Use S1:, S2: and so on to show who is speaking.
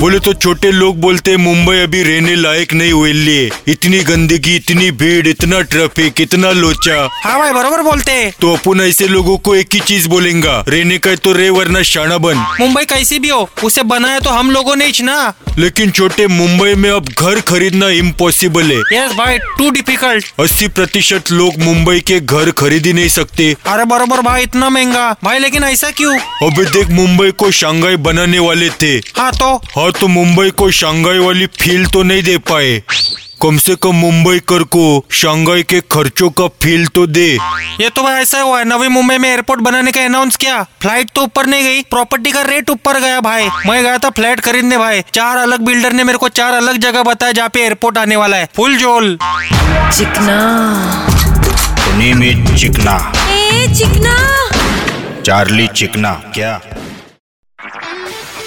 S1: बोले तो छोटे लोग बोलते हैं, मुंबई अभी रहने लायक नहीं हुए लिए इतनी गंदगी इतनी भीड़ इतना ट्रैफिक इतना लोचा
S2: हाँ भाई बरोबर बोलते हैं।
S1: तो अपन ऐसे लोगों को एक ही चीज बोलेंगे रहने का है तो रे वरना शाना बन
S2: मुंबई कैसी भी हो उसे बनाया तो हम लोगों ने ही ना
S1: लेकिन छोटे मुंबई में अब घर खरीदना इम्पॉसिबल है
S2: यस भाई टू डिफिकल्ट
S1: अस्सी प्रतिशत लोग मुंबई के घर खरीद ही नहीं सकते
S2: अरे बरोबर भाई इतना महंगा भाई लेकिन ऐसा क्यों
S1: अभी देख मुंबई को शंघाई बनाने वाले थे
S2: हाँ तो
S1: हाँ तो मुंबई को शंघाई वाली फील तो नहीं दे पाए कम से कम मुंबई कर को शंघाई के खर्चों का फील तो दे
S2: ये तो भाई ऐसा हुआ है नवी मुंबई में एयरपोर्ट बनाने का अनाउंस किया फ्लाइट तो ऊपर नहीं गई प्रॉपर्टी का रेट ऊपर गया भाई मैं गया था फ्लैट खरीदने भाई चार अलग बिल्डर ने मेरे को चार अलग जगह बताया जहाँ पे एयरपोर्ट आने वाला है फुल जोल
S3: Chikna
S4: the name is Chikna
S3: Chikna
S4: Charlie Chikna क्या